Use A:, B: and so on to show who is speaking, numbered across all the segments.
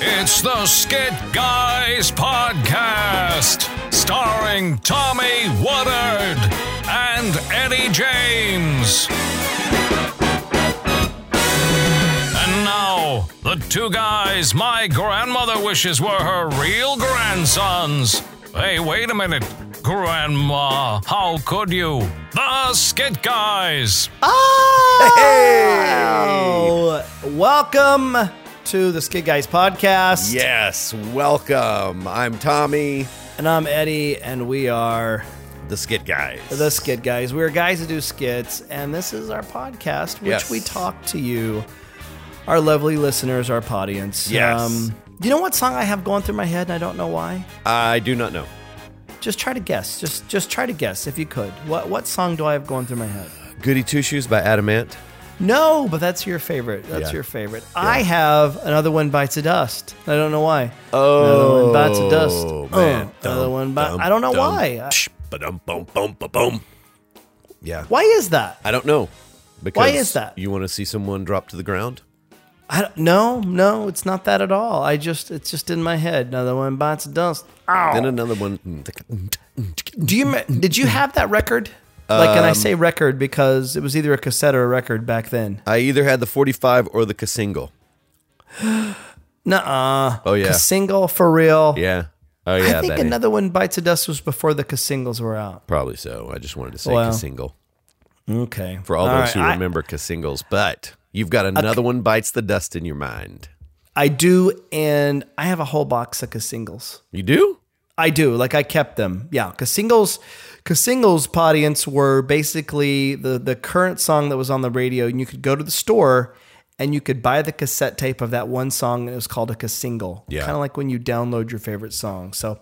A: It's the Skit Guys Podcast, starring Tommy Woodard and Eddie James. And now, the two guys my grandmother wishes were her real grandsons. Hey, wait a minute. Grandma, how could you? The Skit Guys!
B: Oh! Welcome to the Skid Guys podcast.
C: Yes, welcome. I'm Tommy,
B: And I'm Eddie, and we are
C: the Skit Guys.
B: the Skid Guys. We're guys that do skits, and this is our podcast, which
C: Yes.
B: we talk to you, our lovely listeners, our audience. Um,
C: Yes.
B: you know what song I have going through my head, and I don't know why?
C: I do not know.
B: Just try to guess. Just just try to guess if you could. What what song do I have going through my head?
C: Goody Two Shoes by Adamant.
B: No, but that's your favorite. That's
C: Yeah.
B: your favorite. I have another one bites of dust. I don't know why. another
C: Oh,
B: one bites of dust.
C: man.
B: Oh, another one bite. I don't know why. I-
C: Ba-dum, bum, bum, ba-bum. Yeah.
B: why is that?
C: I don't know. Because
B: is that?
C: You want to see someone drop to the ground?
B: I don't, no, no, it's not that at all. I just it's just in my head. Another one bites of dust. Ow.
C: Then another one. hmm,
B: Do you me- did you have that record? Like, and
C: Um,
B: I say record because it was either a cassette or a record back then.
C: I either had the 45 or the Kasingle.
B: Nuh-uh.
C: Oh, yeah.
B: a single for real.
C: Yeah. Oh, yeah.
B: I think
C: that is-
B: another one bites of dust was before the singles were out.
C: Probably so. I just wanted to say
B: Wow.
C: Kasingle.
B: Okay,
C: For all, those
B: right,
C: who
B: I-
C: remember Kasingles. But you've got another one bites the dust in your mind.
B: I do, and I have a whole box of Ka singles.
C: You do?
B: I do, like I kept them. Yeah, because singles, because singles, audience were basically the the current song that was on the radio, and you could go to the store and you could buy the cassette tape of that one song, and it was called a single.
C: Yeah.
B: kind of like when you download your favorite song. So,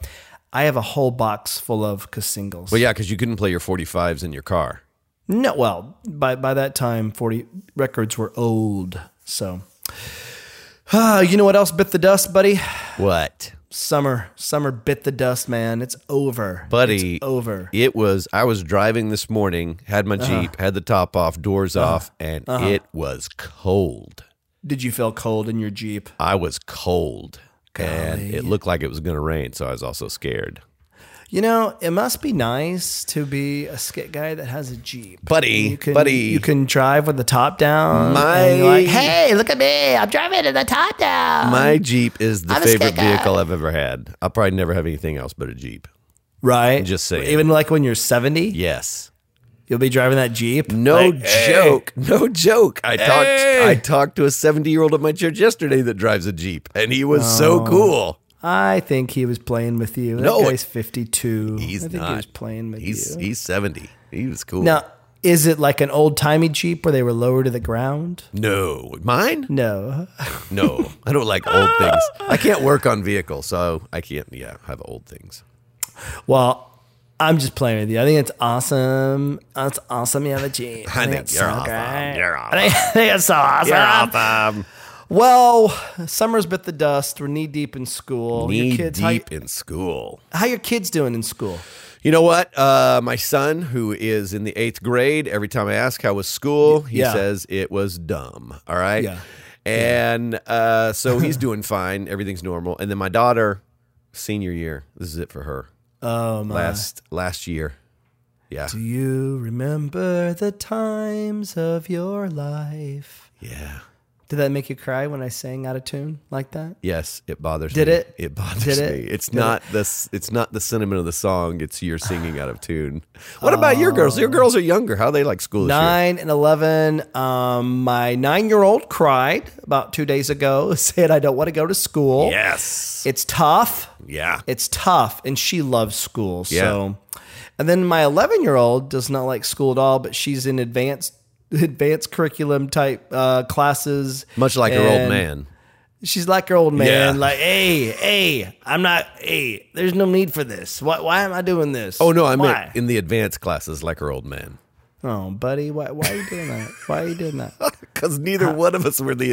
B: I have a whole box full of Ka singles.
C: Well, yeah, because you couldn't play your 45s in your car.
B: No, well, by by that time, forty records were old. So, ah, you know what else bit the dust, buddy?
C: What?
B: Summer, summer bit the dust, man. It's over,
C: Buddy,
B: It's over.
C: It was, I was driving this morning, had my
B: Uh-huh.
C: Jeep, had the top off, doors off, and it was cold.
B: Did you feel cold in your Jeep?
C: I was cold. And it looked like it was going to rain, so I was also scared.
B: You know, it must be nice to be a skit guy that has a Jeep.
C: Buddy,
B: you can,
C: buddy.
B: you can drive with the top down. and you're
C: My-
B: like, hey, look at me, I'm driving in the top down.
C: My Jeep is the
B: Um, I'm a
C: favorite
B: scared guy.
C: vehicle I've ever had. I'll probably never have anything else but a Jeep.
B: right?
C: Just saying.
B: Even like when you're seventy,
C: Yes.
B: you'll be driving that Jeep.
C: No
B: Like,
C: joke. No joke. I
B: Hey.
C: talked I talked to a 70-year-old at my church yesterday that drives a Jeep, and he was
B: Oh.
C: so cool.
B: I think he was playing with you. That
C: No,
B: guy's 52.
C: He's
B: I think
C: not.
B: he was playing with
C: He's e-
B: you.
C: he's 70. He was cool.
B: now, is it like an old timey Jeep where they were lower to the ground?
C: No, mine?
B: No.
C: No, I don't like old things. I can't work on vehicles, so I can't. Yeah, have old things.
B: Well, I'm just playing with you. I think it's awesome. That's awesome. You have a Jeep.
C: I think
B: it's
C: you're awesome. You're
B: I think- I think it's so awesome.
C: awesome.
B: Well, summer's bit the dust. We're knee deep in school.
C: Knee
B: your kids, How,
C: deep in school.
B: how your kids doing in school?
C: You know what? Uh, my son, who is in the eighth grade, every time I ask how was school, he
B: Yeah.
C: says it was dumb. All right.
B: Yeah.
C: And uh, so he's doing fine. Everything's normal. And then my daughter, senior year. This is it for her.
B: Oh my.
C: Last last year. Yeah.
B: Do you remember the times of your life?
C: Yeah.
B: Did that make you cry when I sang out of tune like that?
C: Yes, it bothers
B: Did
C: me.
B: it?
C: It bothers
B: Did it?
C: me. It's
B: Did
C: not the s it's not the sentiment of the song, it's your singing out of tune. What about your girls? Your girls are younger. How they like school this year?
B: Oh. Nine and 11. Um, my nine year old cried about two days ago, said, I don't want to go to school.
C: Yes.
B: It's tough.
C: yeah.
B: It's tough. And she loves school. So, and then my 11 year old does not like school at all, but she's in advanced. Advanced curriculum type uh, classes,
C: Much like your old
B: And
C: man.
B: She's like her old man.
C: Yeah.
B: Like, hey, hey, I'm not. Hey, there's no need for this. Why? Why am I doing this?
C: Oh no, I meant
B: Why?
C: in the advanced classes like her old man.
B: Oh, buddy, why, why are you doing that? Why are you doing that?
C: Because neither one of us were in the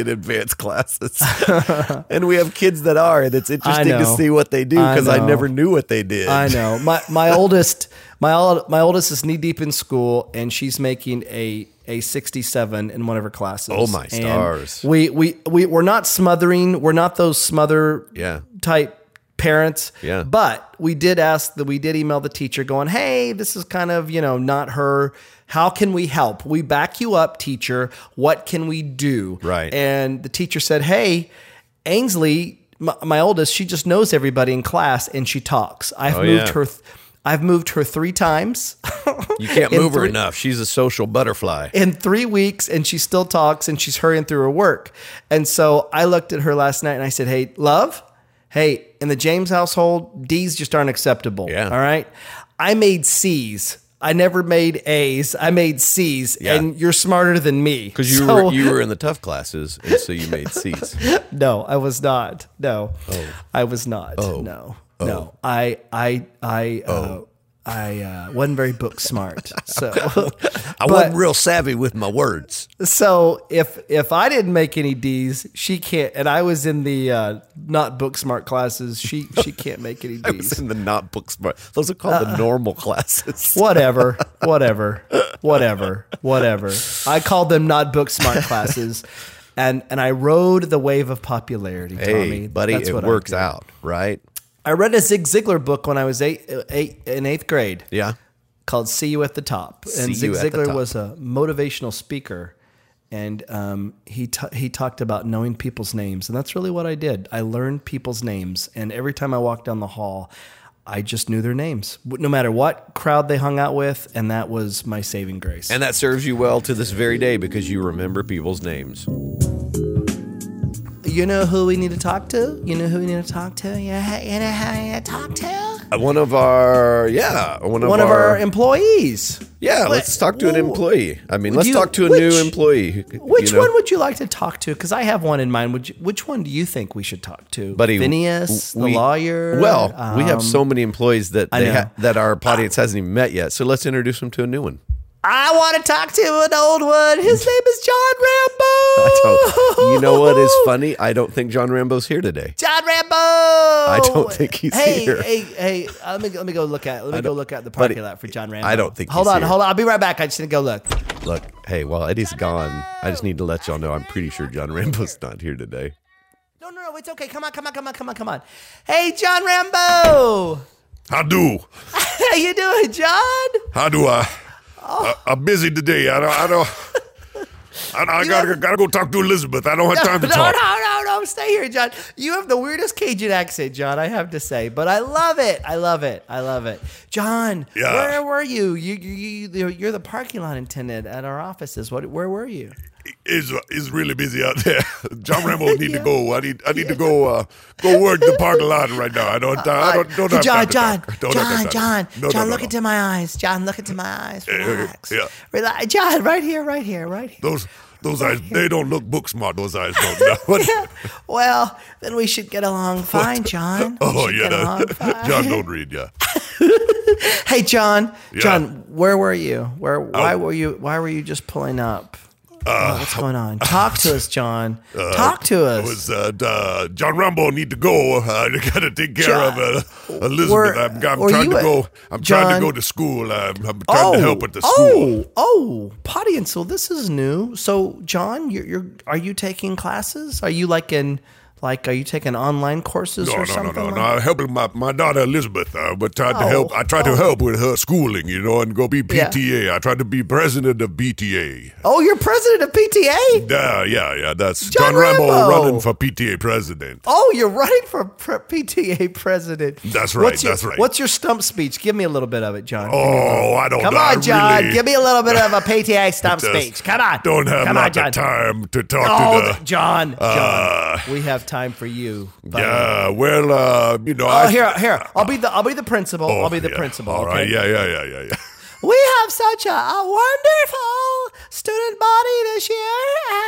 C: advanced classes. and we have kids that are, and it's interesting to
B: know.
C: see what they do
B: I
C: because I,
B: know.
C: never knew what they did.
B: I know my my oldest my ol- my oldest is knee deep in school, and she's making a a 67 in one of her classes.
C: Oh, my
B: And
C: stars.
B: we we we we're not smothering. We're not those smother
C: Yeah.
B: type parents.
C: Yeah.
B: But we did ask that we did email the teacher going, "Hey, this is kind of, you know, not her. How can we help? We back you up, teacher. What can we do?"
C: Right.
B: And the teacher said, "Hey, Ainsley, my, my oldest, she just knows everybody in class and she talks. I've
C: Oh,
B: moved
C: yeah.
B: her th- I've moved her 3 times."
C: You can't
B: In
C: move her
B: three-
C: enough. She's a social butterfly.
B: in three weeks and she still talks and she's hurrying through her work. And so I looked at her last night and I said, Hey, love, hey, in the James household, D's just aren't acceptable.
C: Yeah.
B: All right. I made C's. I never made A's. I made C's.
C: Yeah.
B: And you're smarter than me.
C: Because you
B: So-
C: were you were in the tough classes, and so you made C's.
B: no, I was not. No,
C: Oh.
B: I was not. No, no. I, I, I, uh,
C: Oh.
B: I uh, wasn't very book smart. So.
C: I
B: But-
C: wasn't real savvy with my words.
B: So if if I didn't make any D's, she can't. And I was in the uh, not book smart classes. She she can't make any
C: I was
B: D's.
C: in the not book smart. Those are called
B: Uh,
C: the normal classes.
B: Whatever, whatever, whatever, whatever. I called them not book smart classes, and and I rode the wave of popularity.
C: Hey,
B: Tommy,
C: buddy,
B: That's
C: it
B: what I
C: works
B: did.
C: out, right?
B: I read a Zig Ziglar book when I was eight, eight in eighth grade.
C: Yeah.
B: called "See You at the Top," and
C: See
B: Zig
C: You at the
B: Ziglar
C: Top.
B: was a motivational speaker, and um, he ta he talked about knowing people's names, and that's really what I did. I learned people's names, and every time I walked down the hall, I just knew their names, w- no matter what crowd they hung out with, and that was my saving grace.
C: And that serves you well to this very day because you remember people's names.
B: you know who we need to talk to? You know who we need to talk to? You know who you know who we need to talk to?
C: Uh, One of our, yeah, one of
B: One
C: our,
B: of our employees.
C: yeah. let's talk to an
B: Ooh.
C: employee. I mean, let's
B: you-
C: talk to a new
B: which-
C: employee. you
B: Which
C: know?
B: one would you like to talk to? Because I have one in mind. Would you, which one do you think we should talk to?
C: buddy?
B: Phineas,
C: w- we-
B: the lawyer.
C: Well, we
B: Um,
C: have so many employees that they
B: know.
C: ha- that our audience hasn't even met yet. So let's introduce them to a new one.
B: I want to talk to an old one. His name is John Rambo.
C: I don't. You know what is funny? I don't think John Rambo's here today.
B: John Rambo. I
C: don't think he's
B: hey,
C: here.
B: Hey, hey, uh, let me let me go look at let me go look at the
C: buddy,
B: parking lot for John Rambo.
C: I don't think
B: Hold
C: he's
B: on,
C: here.
B: hold on. I'll be right back. I just need to go look.
C: Look, hey, while Eddie's gone, I just need to let y'all know I'm pretty sure John Rambo's not here today.
B: No, no, no. It's okay. Come on, come on, come on, come on, come on. Hey, John Rambo.
D: I do.
B: How you doing, John?
D: How do I?
B: Oh.
D: I I'm busy today. I don't. I don't. I, I gotta gotta go talk to Elizabeth. I don't have time to
B: no,
D: talk.
B: No, no, no, Stay here, John. You have the weirdest Cajun accent, John, I have to say. But I love it. I love it. I love it. John,
D: Yeah.
B: where were you? You, you, you? You're the parking lot intendant at our offices. What? Where were you?
D: It's, it's really busy out there. John Rambo need to go. I need I need to go uh, go work the parking lot right now. I don't. I don't. don't have time
B: John,
D: to
B: John,
D: talk.
B: John,
D: Don't have
B: John,
D: time to
B: John,
D: talk. No, no, no,
B: look
D: no.
B: into my eyes. John, look into my eyes.
D: okay,
B: Relax.
D: yeah.
B: Relax. John, right here, right here, right here.
D: Those those eyes. They don't look book smart. Those eyes don't. No, what-
B: Well, then we should get along fine, John. We
D: Oh
B: should
D: yeah.
B: get along
D: no.
B: fine.
D: John don't read. Yeah.
B: Hey John,
D: Yeah. Oh.
B: John, where were you? Where? Why were you? Why were you just pulling up?
D: Uh,
B: Oh, What's going on? Talk to us, John. Talk to
D: It
B: us.
D: Uh, was uh, d- uh, John Rambo need to go. Uh, I gotta take care
B: John-
D: of uh, Elizabeth.
B: Were-
D: I'm, I'm
B: were
D: trying
B: you
D: to
B: a-
D: go. I'm trying
B: John-
D: to go to school. I'm, I'm trying to help at the school.
B: oh, oh, potty and so this is new. So, John, you're, you're are you taking classes? Are you like in like are you taking online courses
D: No,
B: or
D: no, no,
B: something?
D: no,
B: like
D: no. I'm helping my, my daughter Elizabeth. Uh, but tried
B: Oh,
D: to help. I tried
B: oh.
D: to help with her schooling, you know, and go be
B: Yeah.
D: PTA. I tried to be president of BTA.
B: Oh, you're president of PTA.
D: Yeah, yeah, yeah. That's
B: John
D: John, Rambo,
B: Rambo.
D: running for PTA president.
B: Oh, you're running for pre- PTA president.
D: That's right,
B: What's your-
D: that's right.
B: What's your stump speech? Give me a little bit of it, John.
D: Oh, I don't.
B: Come
D: I
B: on, John.
D: Really
B: Give me a little bit of a PTA stump
D: just
B: speech. Come on.
D: Don't have
B: Come
D: a
B: on,
D: lot
B: John.
D: of time to talk
B: Oh,
D: to the.
B: th- John. John.
D: Uh,
B: we have time for you. buddy.
D: Yeah, well, uh, you know,
B: Oh,
D: I
B: here, here. I'll be the I'll be the principal.
D: Oh,
B: I'll be the
D: yeah.
B: principal.
D: All right,
B: okay?
D: yeah, yeah, yeah, yeah, yeah.
B: We have such a, a wonderful student body this year,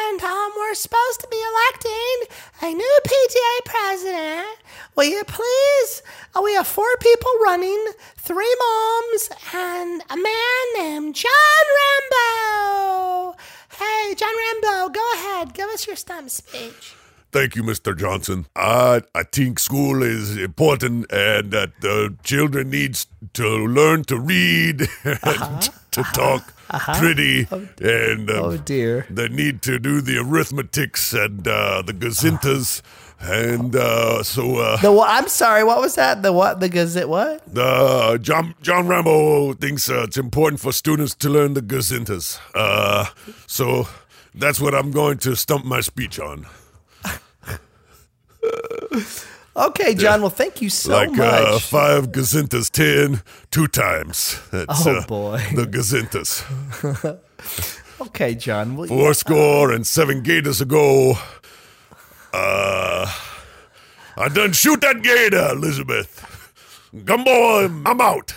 B: and um, we're supposed to be electing a new PTA president. Will you please? Uh, we have four people running, three moms, and a man named John Rambo. Hey, John Rambo, go ahead, give us your stump speech.
D: Thank you, Mr. Johnson. I, I think school is important and that the children needs to learn to read and to talk pretty and uh,
B: Uh-huh. Oh dear.
D: they need to do the arithmetics and uh, the gazintas. And uh, so uh,
B: The what? I'm sorry. What was that? The what? The gazette? What?
D: uh, John John Rambo thinks uh, it's important for students to learn the gazintas. Uh, so that's what I'm going to stump my speech on.
B: Okay, John. Well, thank you so
D: like
B: much.
D: uh, five gazintas, ten, two times. That's,
B: Oh,
D: uh,
B: boy.
D: The gazintas.
B: okay, John. Well,
D: Four score and seven gators ago. Uh, I done shoot that gator, Elizabeth. Gumbo, I'm I'm out.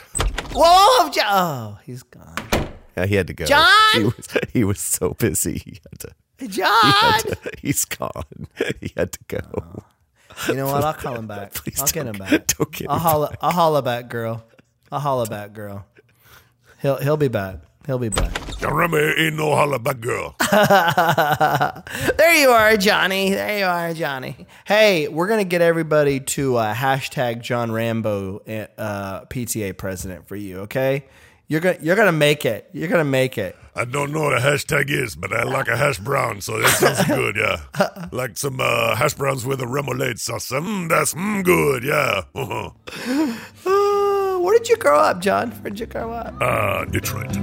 B: whoa, Jo- oh, he's gone.
C: Yeah, he had to go.
B: John?
C: He was, he was so busy. He had to, he
B: John.
C: has gone. He had to
D: Oh.
C: go.
B: You know what? I'll call him back.
C: Please
B: I'll get
C: don't-
B: him back.
C: don't get
B: I'll
C: him
B: holla. I'll holla back, girl. I'll holla back, girl. He'll he'll be back. He'll be back.
D: John Rambo ain't no holla back girl.
B: There you are, Johnny. There you are, Johnny. Hey, we're gonna get everybody to uh, hashtag John Rambo uh, PTA president for you. Okay, you're gonna you're gonna make it. You're gonna make it.
D: I don't know what a hashtag is, but I like a hash brown, so that sounds good, yeah. Like some uh, hash browns with a remoulade sauce. Mmm, that's mm, good, yeah. Uh-huh.
B: Uh, where did you grow up, John? Where did you grow up?
D: Uh, Detroit.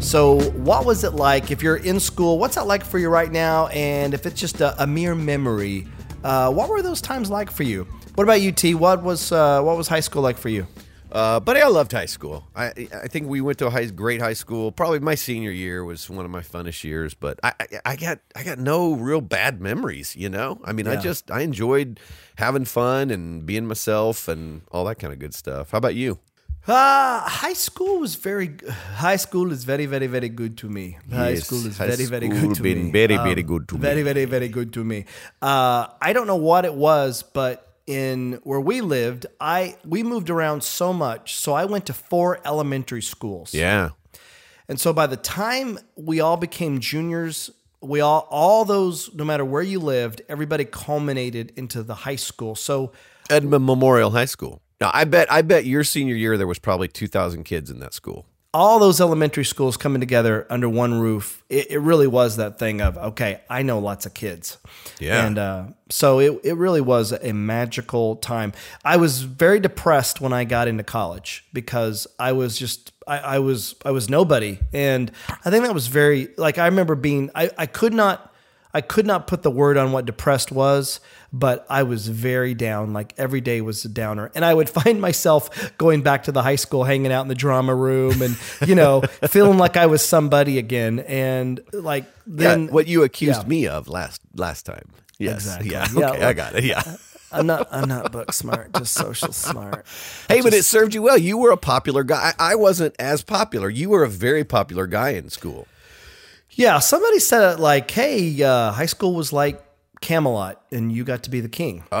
B: So, what was it like if you're in school? What's that like for you right now? And if it's just a, a mere memory, uh, what were those times like for you? What about you, T? What was uh, what was high school like for you?
C: Uh, but I loved high school. I I think we went to a high, great high school. Probably my senior year was one of my funnest years. But I, I, I got I got no real bad memories. You know, I mean, I
B: Yeah.
C: just I enjoyed having fun and being myself and all that kind of good stuff. How about you?
B: Uh, high school was very. g- High school is very, very, very good to me. High
C: Yes,
B: school is
C: high
B: very, very
C: school
B: good to
C: been
B: me. Uh, Um,
C: very, very good to me.
B: Very, very, very good to me. Uh, I don't know what it was, but in where we lived, I we moved around so much, so I went to four elementary schools.
C: Yeah,
B: And so by the time we all became juniors, we all all those no matter where you lived, everybody culminated into the high school. So
C: Edmond Memorial High School. Now I bet I bet your senior year there was probably two thousand kids in that school.
B: all those elementary schools coming together under one roof, it, it really was that thing of okay, I know lots of kids.
C: Yeah.
B: And uh, so it, it really was a magical time. I was very depressed when I got into college because I was just I, I was I was nobody. And I think that was very like I remember being I, I could not I could not put the word on what depressed was, but I was very down. Like every day was a downer. And I would find myself going back to the high school, hanging out in the drama room and, you know, feeling like I was somebody again. And like then
C: yeah, what you accused
B: yeah.
C: me of last last time. Yes.
B: Exactly.
C: Yeah.
B: Yeah,
C: Okay. I
B: well- uh,
C: got it. Yeah.
B: I'm not I'm not book smart, just social smart.
C: Hey, but it served you well. You were a popular guy. I I wasn't as popular. You were a very popular guy in school.
B: Yeah, somebody said it like, "Hey, uh, high school was like Camelot, and you got to be the king." Oh,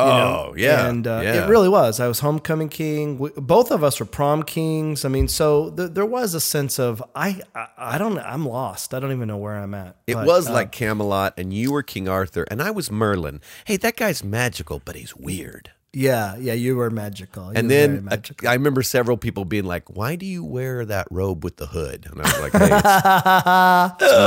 C: Oh, yeah,
B: and uh,
C: yeah.
B: it really was. I was homecoming king. We, both of us were prom kings. I mean, so th- there was a sense of I, I, I don't, I'm lost. I don't even know where I'm at.
C: It
B: But,
C: was
B: uh,
C: like Camelot, and you were King Arthur, and I was Merlin. Hey, that guy's magical, but he's weird.
B: yeah, yeah. You were magical. You
C: And
B: were very
C: then uh,
B: magical.
C: I, I remember several people being like, "Why do you wear that robe with the hood?" And I was like, hey, it's, it's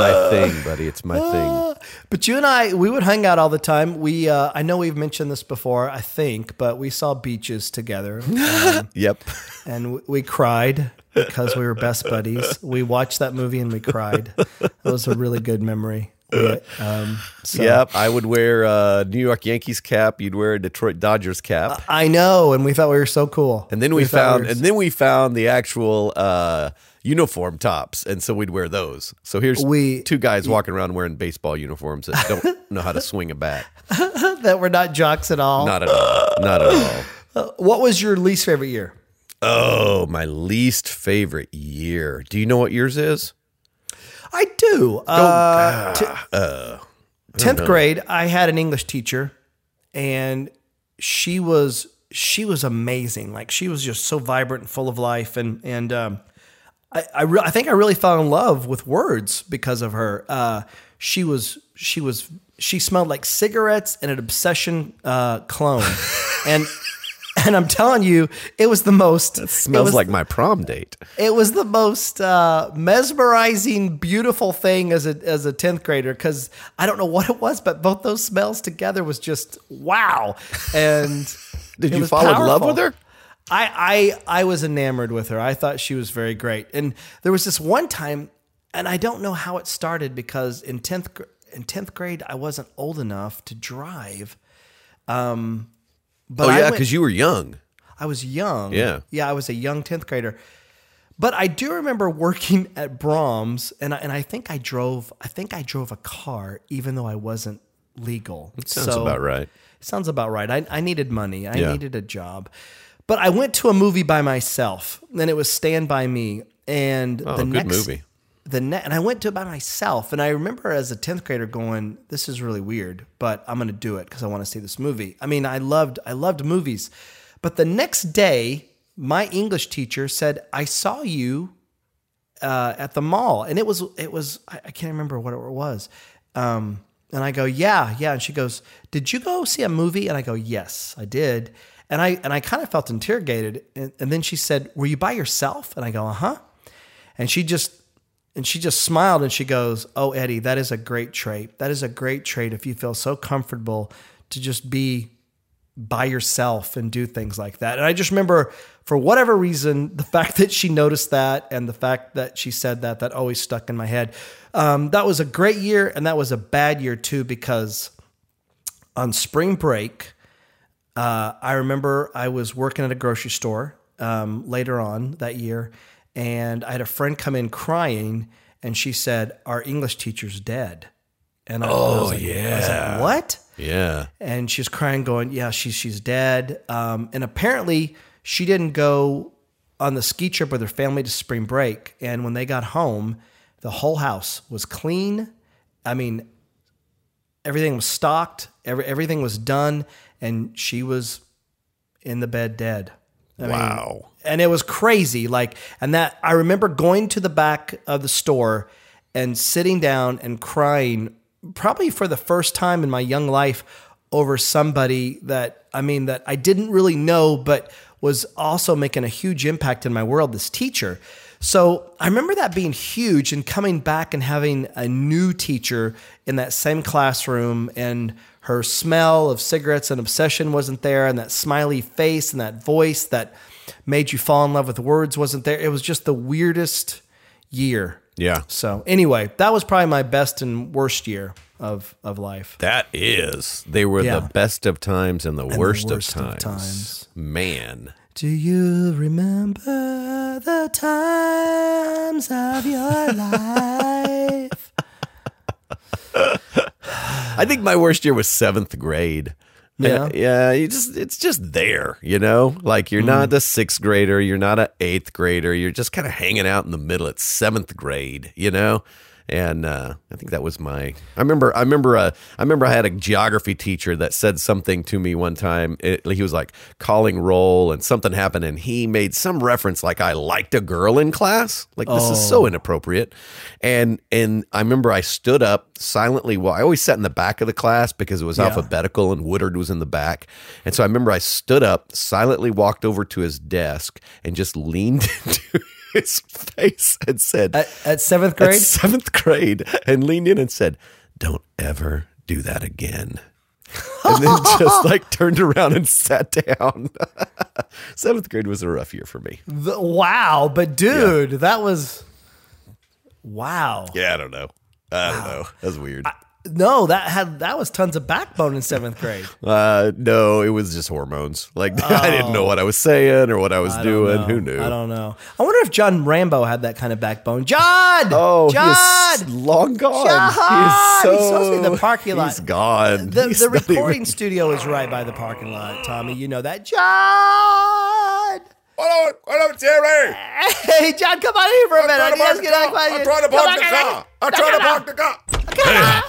C: my thing, buddy. It's my thing."
B: But you and I, we would hang out all the time. We, uh, I know we've mentioned this before, I think, but we saw beaches together. Um,
C: Yep.
B: and w- we cried because we were best buddies. We watched that movie and we cried. That was a really good memory. We, um, so-
C: Yep. I would wear a New York Yankees cap. You'd wear a Detroit Dodgers cap.
B: I know, and we thought we were so cool.
C: And then we,
B: thought
C: found,
B: we were-
C: and then we found the actual uh, uniform tops, and so we'd wear those. So here's
B: We-
C: two guys walking around wearing baseball uniforms that don't know how to swing a bat.
B: that we're not jocks at all.
C: Not at all. Not at all.
B: What was your least favorite year?
C: Oh, my least favorite year. Do you know what yours is?
B: I do. Uh, t- tenth grade, I had an English teacher, and she was she was amazing. Like she was just so vibrant and full of life, and and um, I I, re- I think I really fell in love with words because of her. Uh, she was she was she smelled like cigarettes and an obsession uh, clone, and and I'm telling you, it was the most it
C: Smells
B: was-
C: like my prom date.
B: it was the most uh, mesmerizing, beautiful thing as a as a tenth grader because I don't know what it was, but both those smells together was just wow. And
C: Did
B: it
C: you
B: was
C: fall in love
B: powerful.
C: with her?
B: I, I I was enamored with her. I thought she was very great. And there was this one time, and I don't know how it started because in tenth in tenth grade I wasn't old enough to drive. Um, but
C: Oh
B: I
C: yeah,
B: went-
C: because you were young.
B: I was young.
C: Yeah.
B: Yeah, I was a young 10th grader. But I do remember working at Brahms and I, and I think I drove I think I drove a car even though I wasn't legal.
C: Sounds
B: So-
C: about right.
B: Sounds about right. I, I needed money. I
C: Yeah.
B: needed a job. But I went to a movie by myself. And it was Stand By Me. And the
C: Oh, good
B: next
C: movie.
B: The ne- and I went to it by myself. And I remember as a 10th grader going, This is really weird, but I'm gonna do it because I want to see this movie. I mean, I loved I loved movies. But the next day, my English teacher said, I saw you uh, at the mall, and it was it was I, I can't remember what it was. Um, and I go, yeah, yeah. And she goes, did you go see a movie? And I go, yes, I did. And I and I kind of felt interrogated. And, and then she said, were you by yourself? And I go, uh huh. And she just and she just smiled and she goes, oh Eddie, that is a great trait. That is a great trait if you feel so comfortable to just be by yourself and do things like that. And I just remember for whatever reason, the fact that she noticed that and the fact that she said that, that always stuck in my head. Um, that was a great year and that was a bad year too, because on spring break, uh, I remember I was working at a grocery store um, later on that year, and I had a friend come in crying, and she said, "Our English teacher's dead." And I, oh was like, yeah, I was like, what?
C: Yeah.
B: and she's crying, going, "Yeah, she's she's dead." Um, and apparently, she didn't go on the ski trip with her family to spring break. And when they got home, the whole house was clean. I mean, everything was stocked. Every, everything was done, and she was in the bed dead. I mean,
D: Wow.
B: and it was crazy. Like, and that I remember going to the back of the store and sitting down and crying, probably for the first time in my young life, over somebody that I mean, that I didn't really know, but was also making a huge impact in my world, this teacher. So I remember that being huge and coming back and having a new teacher in that same classroom and her smell of cigarettes and obsession wasn't there and that smiley face and that voice that made you fall in love with words wasn't there. It was just the weirdest year.
C: Yeah.
B: So anyway, that was probably my best and worst year of of life.
C: That is. They were
B: Yeah.
C: the best of times and the, worst,
B: worst
C: of,
B: of
C: times.
B: times.
C: Man.
B: Do you remember the times of your life?
C: I think my worst year was seventh grade.
B: Yeah.
C: Uh, yeah, you just it's just there, you know? Like you're not a sixth grader, you're not an eighth grader, you're just kind of hanging out in the middle at seventh grade, you know? And uh, I think that was my. I remember. I remember. Uh, I remember. I had a geography teacher that said something to me one time. It, he was like calling roll, and something happened, and he made some reference like I liked a girl in class. Like this is so inappropriate. And and I remember I stood up silently. Well, I always sat in the back of the class because it was alphabetical and Woodard was in the back. And so I remember I stood up, silently walked over to his desk and just leaned into his face and said
B: At, at seventh
C: at
B: grade?
C: seventh grade and leaned in and said, Don't ever do that again. and then just like turned around and sat down. Seventh grade was a rough year for me.
B: The- wow, but dude, that was wow.
C: Yeah, I don't know. I don't know. That's weird.
B: No, that had that was tons of backbone in seventh grade.
C: Uh, no, it was just hormones. Like I didn't know what I was saying or what I was doing. Who knew?
B: Oh. I don't know. I wonder if John Rambo had that kind of backbone. John,
C: Oh,
B: John,
C: he is long gone.
B: John!
C: He
B: He's
C: is so,
B: supposed to be in the parking lot.
C: He's gone.
B: the,
C: He's
B: the
C: not even-
B: recording studio is right by the parking lot, Tommy. You know that, John.
D: Hello, hello, Jerry.
B: Hey, John, come on here for a minute. I need to ask you that question. Come on, come on.
D: I'm trying to park the car.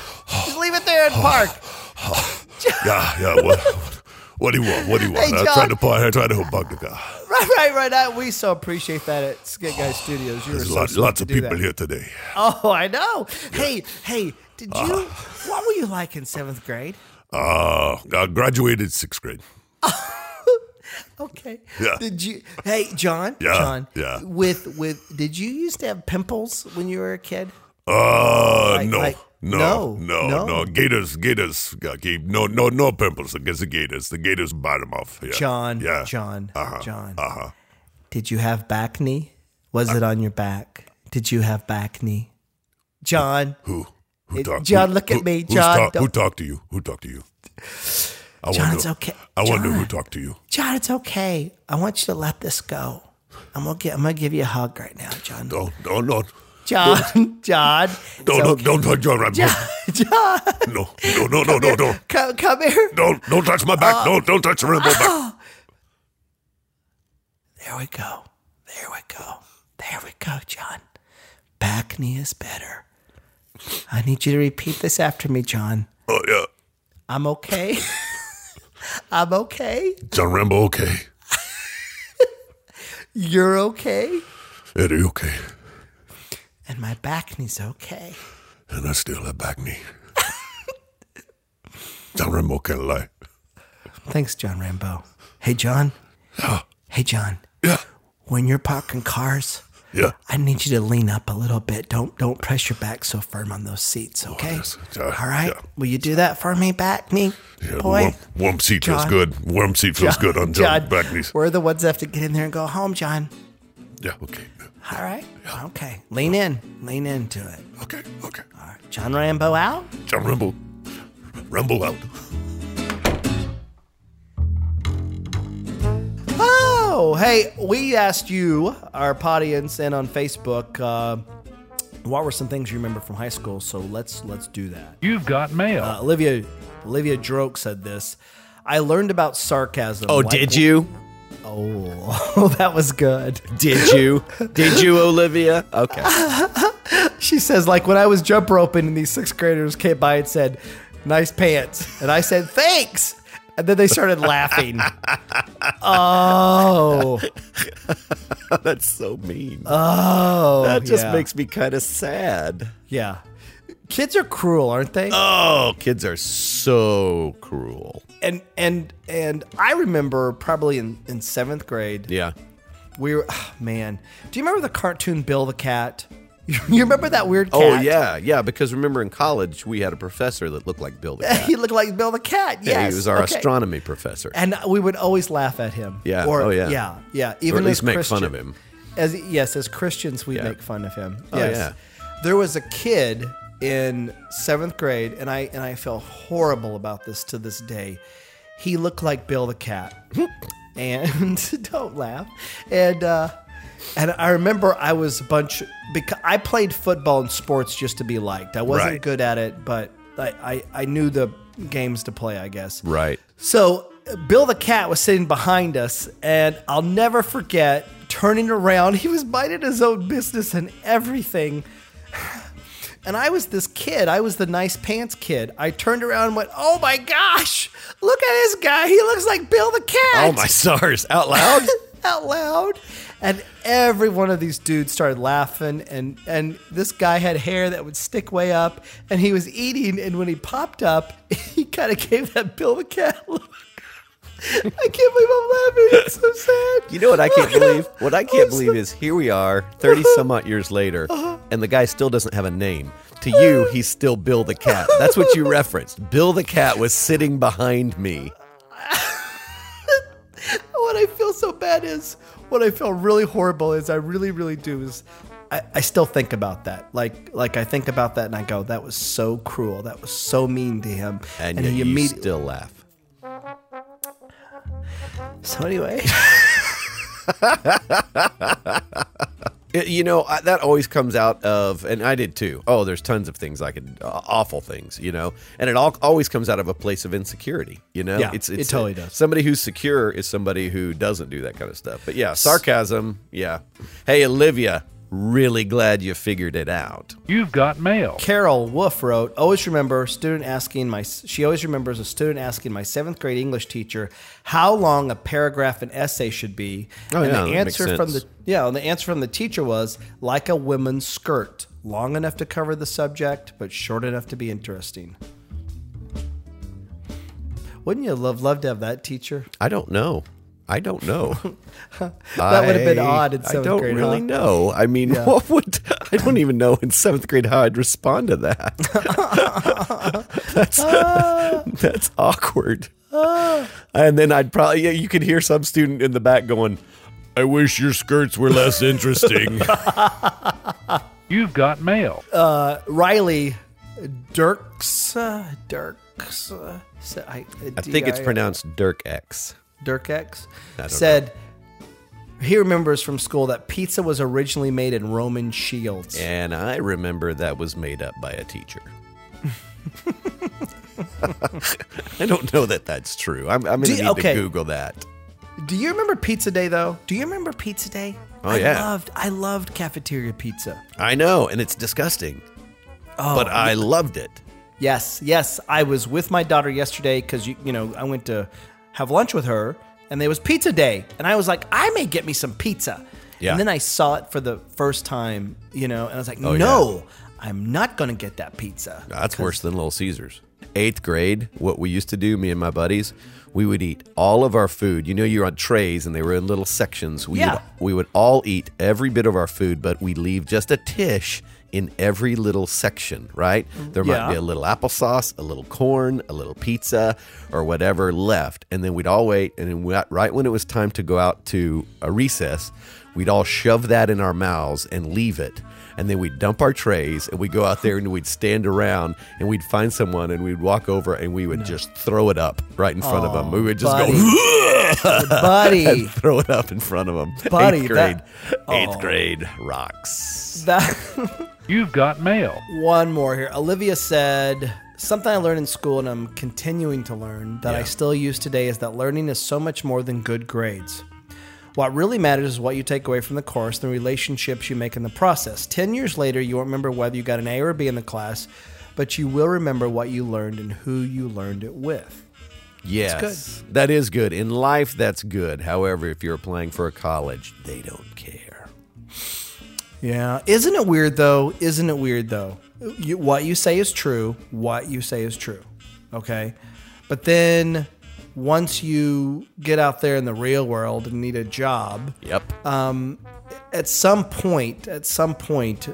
B: Just leave it there and park.
D: Yeah, yeah. What, what do you want? What do you want?
B: Hey,
D: I'm
B: John.
D: trying to park. I'm trying to park the car.
B: right, right, right. I, we so appreciate that at Skit Guy Studios. You were
D: There's
B: so
D: lots,
B: sweet
D: lots
B: to
D: of
B: do
D: people
B: that.
D: here today.
B: Oh, I know. Hey, hey, Did
D: Ah.
B: you? what were you like in seventh grade?
D: Uh, I graduated sixth grade.
B: Okay.
D: Yeah.
B: Did you? Hey, John.
D: Yeah,
B: John.
D: yeah.
B: With with did you used to have pimples when you were a kid?
D: Uh,
B: Like-
D: no,
B: like-
D: no,
B: no,
D: no,
B: no.
D: no, Gators, gators. uh, keep- No, no, no pimples against the gators. The gators bite them off. Yeah.
B: John.
D: Yeah.
B: John.
D: Uh-huh,
B: John.
D: Uh-huh.
B: Did you have back knee? Was it on your back? Did you have back knee? John.
D: Who? Who
B: It-
D: talked?
B: John,
D: who-
B: look at
D: who-
B: me,
D: who's
B: John,
D: talk- who
B: don't-
D: talked to you? Who talked to you? I
B: John's
D: wonder,
B: okay.
D: I wonder who
B: John.
D: talked to you.
B: John, it's okay. I want you to let this go. I'm gonna get, I'm gonna give you a hug right now, John.
D: Don't, don't, don't,
B: John, John, it's
D: don't,
B: okay.
D: don't, touch your rifle.
B: John,
D: No, no, no, no, no, no.
B: come, come here.
D: Don't, don't touch my
B: Oh.
D: back. No, don't touch the rainbow back.
B: There we go. There we go. There we go, John. Back knee is better. I need you to repeat this after me, John.
D: Oh, yeah.
B: I'm okay. I'm okay.
D: John Rambo, okay.
B: You're okay.
D: Eddie, okay.
B: And my back knee's okay.
D: And I still have back knee. John Rambo can't lie.
B: Thanks, John Rambo. Hey, John.
D: Oh.
B: Hey, John.
D: Yeah,
B: When you're parking cars,
D: yeah.
B: I need you to lean up a little bit. Don't don't press your back so firm on those seats, okay?
D: yes. Uh,
B: All right.
D: yeah.
B: Will you do that for me, back knee?
D: Yeah,
B: boy.
D: warm, warm seat feels
B: John.
D: good. Warm seat feels good on John,
B: John,
D: back knees.
B: We're the ones that have to get in there and go home, John.
D: Yeah, okay.
B: All right. Okay. Lean in. Lean into it.
D: Okay, okay.
B: All right. John Rambo out.
D: John Rambo. Rambo out.
B: Oh, hey, we asked you, our audience, and on Facebook, uh, what were some things you remember from high school? So let's let's do that.
E: You've got mail.
B: Uh, Olivia Olivia Droke said this. I learned about sarcasm.
C: Oh,
B: Like-
C: did you?
B: Oh, that was good.
C: Did you? Did you, Olivia? Okay.
B: She says, like, when I was jump roping and these sixth graders came by and said, nice pants. And I said, thanks. And then they started laughing. oh.
C: That's so mean.
B: Oh.
C: that just
B: yeah.
C: makes me kind of sad.
B: Yeah. Kids are cruel, aren't they?
C: Oh, kids are so cruel.
B: and and and I remember probably in, in seventh grade,
C: Yeah.
B: we were ah, man. Do you remember the cartoon Bill the Cat? You remember that weird cat?
C: Oh, yeah. Yeah. Because remember in college, we had a professor that looked like Bill the Cat.
B: he looked like Bill the Cat. Yes.
C: Yeah, he was our
B: okay.
C: astronomy professor.
B: and we would always laugh at him.
C: Yeah.
B: Or,
C: Oh, yeah.
B: Yeah. Yeah. Even
C: least
B: as
C: make
B: Christian-
C: fun of him.
B: As yes, as Christians, we
C: Yeah.
B: make fun of him.
C: Oh,
B: yes.
C: yeah.
B: There was a kid in seventh grade, and I and I feel horrible about this to this day. He looked like Bill the Cat, and don't laugh. And uh, and I remember I was a bunch because I played football and sports just to be liked. I wasn't
C: Right.
B: good at it, but I, I I knew the games to play. I guess.
C: Right.
B: So Bill the cat was sitting behind us, and I'll never forget turning around. He was minding his own business and everything. And I was this kid. I was the nice pants kid. I turned around and went, "Oh my gosh! Look at this guy. He looks like Bill the cat."
C: Oh, my stars. Out loud?
B: out loud. And every one of these dudes started laughing. And, and this guy had hair that would stick way up. And he was eating. And when he popped up, he kind of gave that Bill the Cat look. I can't believe I'm laughing. It's so sad.
C: You know what I can't believe? What I can't believe is here we are, 30 some odd years later, and the guy still doesn't have a name. To you, he's still Bill the Cat. That's what you referenced. Bill the Cat was sitting behind me.
B: what I feel so bad is what I feel really horrible is I really, really do is I, I still think about that. Like like I think about that and I go, that was so cruel. That was so mean to him.
C: And, yet
B: he
C: you
B: immediately
C: still laugh.
B: So anyway.
C: It- you know, I, that always comes out of, and I did too. Oh, there's tons of things I could, uh, awful things, you know, and it all always comes out of a place of insecurity, you know?
B: Yeah, it totally does.
C: Somebody who's secure is somebody who doesn't do that kind of stuff. But yeah, sarcasm, yeah. Hey, Olivia, really glad you figured it out.
E: You've got mail.
B: Carol Wolf wrote, "Always remember student asking my. She always remembers a student asking my seventh grade English teacher how long a paragraph and essay should be,
C: Oh,
B: and
C: yeah,
B: the
C: that makes
B: answer from the
C: sense.
B: yeah, and the answer from the teacher was like a woman's skirt. long enough to cover the subject, but short enough to be interesting. Wouldn't you love love to have that teacher?
C: I don't know. I don't know.
B: That would have been odd in
C: I
B: seventh
C: don't
B: grade,
C: really
B: huh?
C: know. I mean, what would I don't even know in seventh grade how I'd respond to that. that's
B: Ah.
C: that's awkward. and then I'd probably yeah, you could hear some student in the back going,
D: I wish your skirts were less interesting.
E: You've got mail.
B: Riley Dirks uh, Dirks. Uh, sa- I, E.
C: I think it's pronounced Dirk X.
B: Dirk X
C: don't
B: said he remembers from school that pizza was originally made in Roman shields.
C: And I remember that was made up by a teacher. I don't know that that's true. I'm, I'm going
B: Do-
C: to need
B: okay.
C: to Google that.
B: Do you remember pizza day though? Do you remember pizza day?
C: Oh,
B: I
C: yeah.
B: loved I loved cafeteria pizza.
C: I know, and it's disgusting. but I loved it.
B: Yes, yes. I was with my daughter yesterday because you, you know I went to have lunch with her, and there was pizza day, and I was like, I may get me some pizza.
C: Yeah. Oh,
B: And then I saw it for the first time, you know, and I was like,
C: yeah.
B: No, I'm not gonna get that pizza.
C: That's worse than Little Caesars. Eighth grade, what we used to do, me and my buddies, we would eat all of our food. You know, you're on trays and they were in little sections. We,
B: Yeah.
C: would, we would all eat every bit of our food, but we leave just a tish in every little section, right? There might
B: Yeah.
C: be a little applesauce, a little corn, a little pizza, or whatever left. And then we'd all wait. And then we, right when it was time to go out to a recess, we'd all shove that in our mouths and leave it. And then we'd dump our trays and we'd go out there and we'd stand around and we'd find someone and we'd walk over and we would just throw it up right in front of them. We would just
B: Oh, buddy.
C: go,
B: Buddy,
C: and throw it up in front of them.
B: Buddy,
C: eighth grade,
B: that-
C: eighth grade rocks.
B: that
E: You've got mail.
B: one more here. Olivia said something I learned in school, and I'm continuing to learn that I still use today is that learning is so much more than good grades. What really matters is what you take away from the course, the relationships you make in the process. Ten years later, you won't remember whether you got an A or a B in the class, but you will remember what you learned and who you learned it with.
C: Yes,
B: good.
C: that is good in life. That's good. However, if you're applying for a college, they don't care.
B: Yeah. Isn't it weird, though? Isn't it weird, though? You, what you say is true. What you say is true. Okay. But then once you get out there in the real world and need a job,
C: Yep.
B: at some point, at some point,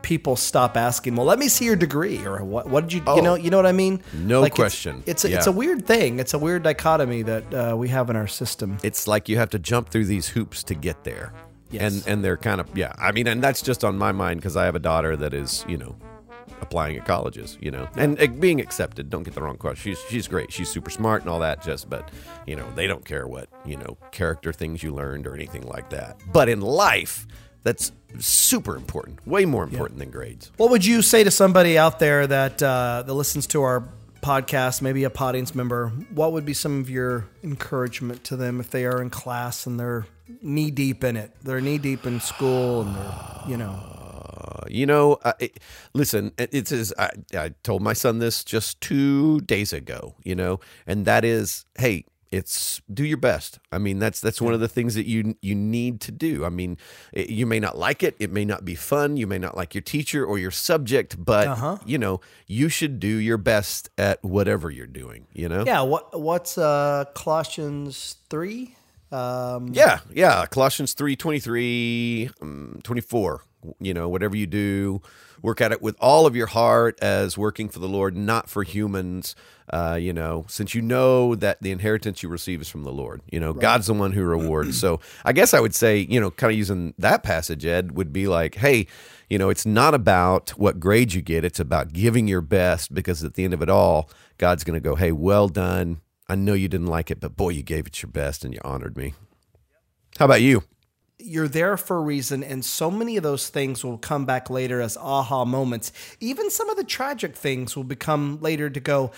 B: people stop asking, "Well, let me see your degree," or "What? What did you? You know? You know what I mean?"
C: Oh. No
B: Like, it's-
C: question.
B: It's a, it's
C: Yeah.
B: a weird thing. It's a weird dichotomy that uh, we have in our system.
C: it's like you have to jump through these hoops to get there.
B: Yes.
C: And and they're kind of yeah. I mean, and that's just on my mind because I have a daughter that is you know applying at colleges, you know, and uh, being accepted. Don't get the wrong question. She's she's great. She's super smart and all that. Just but you know they don't care what you know character things you learned or anything like that. But in life, that's super important. Way more important than grades.
B: What would you say to somebody out there that uh, that listens to our podcast, maybe a audience member? What would be some of your encouragement to them if they are in class and they're knee deep in it? They're knee deep in school, and they're, you know,
C: you know, I, it- listen, it- it's as I, I told my son this just two days ago, you know, and that is, hey, it's do your best. I mean, that's that's one of the things that you you need to do. I mean, it, you may not like it, it may not be fun, you may not like your teacher or your subject, but you know, you should do your best at whatever you're doing. You know,
B: yeah. What what's uh, Colossians three? Um,
C: Yeah, yeah. Colossians 3 23, um, 24. You know, whatever you do, work at it with all of your heart as working for the Lord, not for humans. Uh, you know, since you know that the inheritance you receive is from the Lord, you know, God's the one who rewards. so I guess I would say, you know, kind of using that passage, Ed, would be like, hey, you know, it's not about what grade you get, it's about giving your best because at the end of it all, God's going to go, hey, well done. I know you didn't like it, but boy, you gave it your best and you honored me. How about you?
B: you're there for a reason and so many of those things will come back later as aha moments even some of the tragic things will become later to go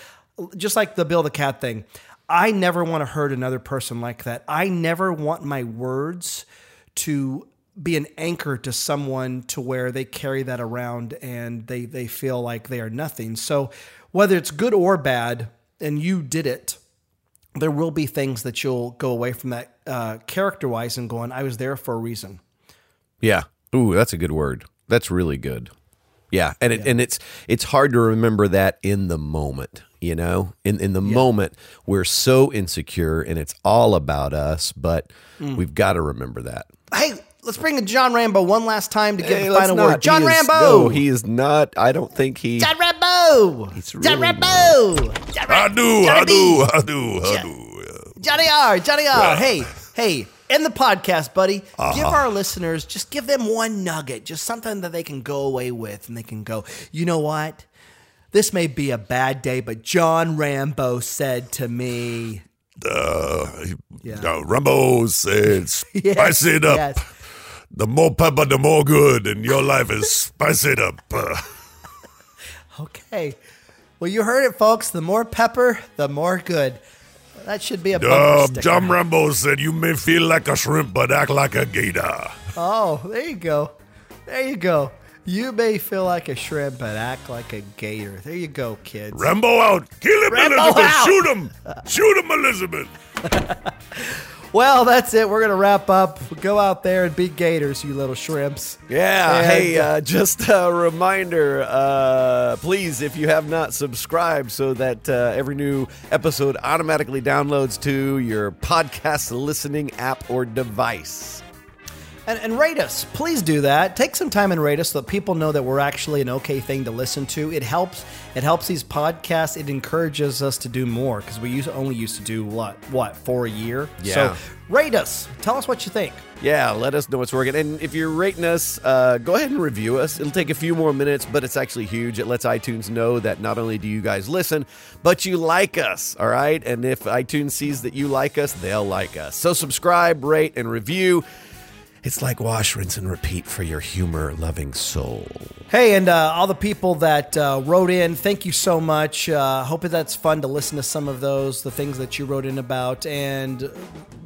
B: just like the bill the cat thing i never want to hurt another person like that i never want my words to be an anchor to someone to where they carry that around and they they feel like they are nothing so whether it's good or bad and you did it there will be things that you'll go away from that uh, character wise and going, I was there for a reason.
C: Yeah. Ooh, that's a good word. That's really good. Yeah, and it, and it's it's hard to remember that in the moment, you know. In in the moment, we're so insecure, and it's all about us. But we've got to remember that.
B: Hey, let's bring in John Rambo one last time to get
C: Hey,
B: the
C: let's
B: final
C: not.
B: word. John
C: He is-
B: Rambo.
C: no, he is not. I don't think he.
B: John Rambo. John
C: really
B: Rambo. John Ra-
D: I do, I do, I do, I do.
B: Johnny R. Johnny R. Hey, hey. End the podcast, buddy.
C: Uh-huh.
B: Give our listeners, just give them one nugget, just something that they can go away with and they can go, you know what? This may be a bad day, but John Rambo said to me,
D: Uh,
B: Yeah.
D: uh, Rambo said,
B: Yes,
D: spice it up.
B: yes.
D: The more pepper, the more good, and your life is spice it up. Uh,
B: Okay. Well, you heard it, folks. The more pepper, the more good. That should be a bumper
D: uh,
B: sticker.
D: John Rambo said, you may feel like a shrimp, but act like a gator.
B: Oh, there you go. There you go. You may feel like a shrimp, but act like a gator. There you go, kids.
D: Rambo out. Kill him,
B: Rambo
D: Elizabeth.
B: out.
D: Shoot him. Shoot him, Elizabeth.
B: Well, that's it. We're going to wrap up. Go out there and be gators, you little shrimps.
C: Yeah.
B: And-
C: hey, uh, just a reminder, uh, please, if you have not subscribed, so that uh, every new episode automatically downloads to your podcast listening app or device.
B: And, and rate us. Please do that. Take some time and rate us so that people know that we're actually an okay thing to listen to. It helps. It helps these podcasts. It encourages us to do more because we used, only used to do what what for a year.
C: Yeah.
B: So rate us. Tell us what you think.
C: Yeah, let us know what's working. And if you're rating us, uh, go ahead and review us. It'll take a few more minutes, but it's actually huge. It lets iTunes know that not only do you guys listen, but you like us. All right. And if iTunes sees that you like us, they'll like us. So subscribe, rate, and review. It's like wash, rinse, and repeat for your humor loving soul.
B: Hey, and uh, all the people that uh, wrote in, thank you so much. Uh, hope that's fun to listen to some of those, the things that you wrote in about. And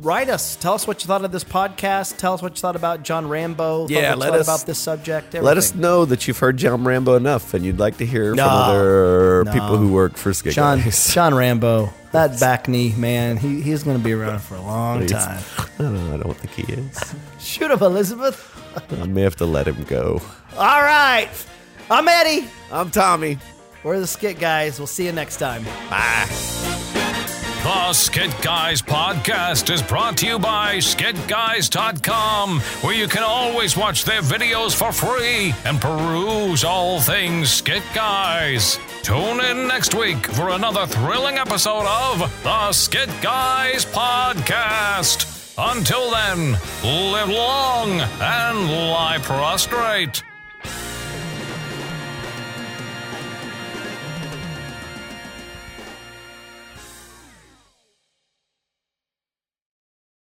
B: write us. Tell us what you thought of this podcast. Tell us what you thought about John Rambo. Thought
C: Yeah,
B: what you
C: let
B: thought
C: us-
B: about this subject.
C: Let us
B: everything.
C: know that you've heard John Rambo enough and you'd like to hear
B: No.
C: from other
B: No.
C: people who work for Skid
B: John
C: Guys.
B: John Rambo. That back knee, man, he, he's going to be around for a long time.
C: I don't know. I don't think he is.
B: Shoot him, Elizabeth.
C: I may have to let him go.
B: All right. I'm Eddie.
C: I'm Tommy.
B: We're the Skit Guys. We'll see you next time.
A: The Skit Guys podcast is brought to you by skitguys.com, where you can always watch their videos for free and peruse all things Skit Guys. Tune in next week for another thrilling episode of The Skit Guys podcast. Until then, live long and lie prostrate.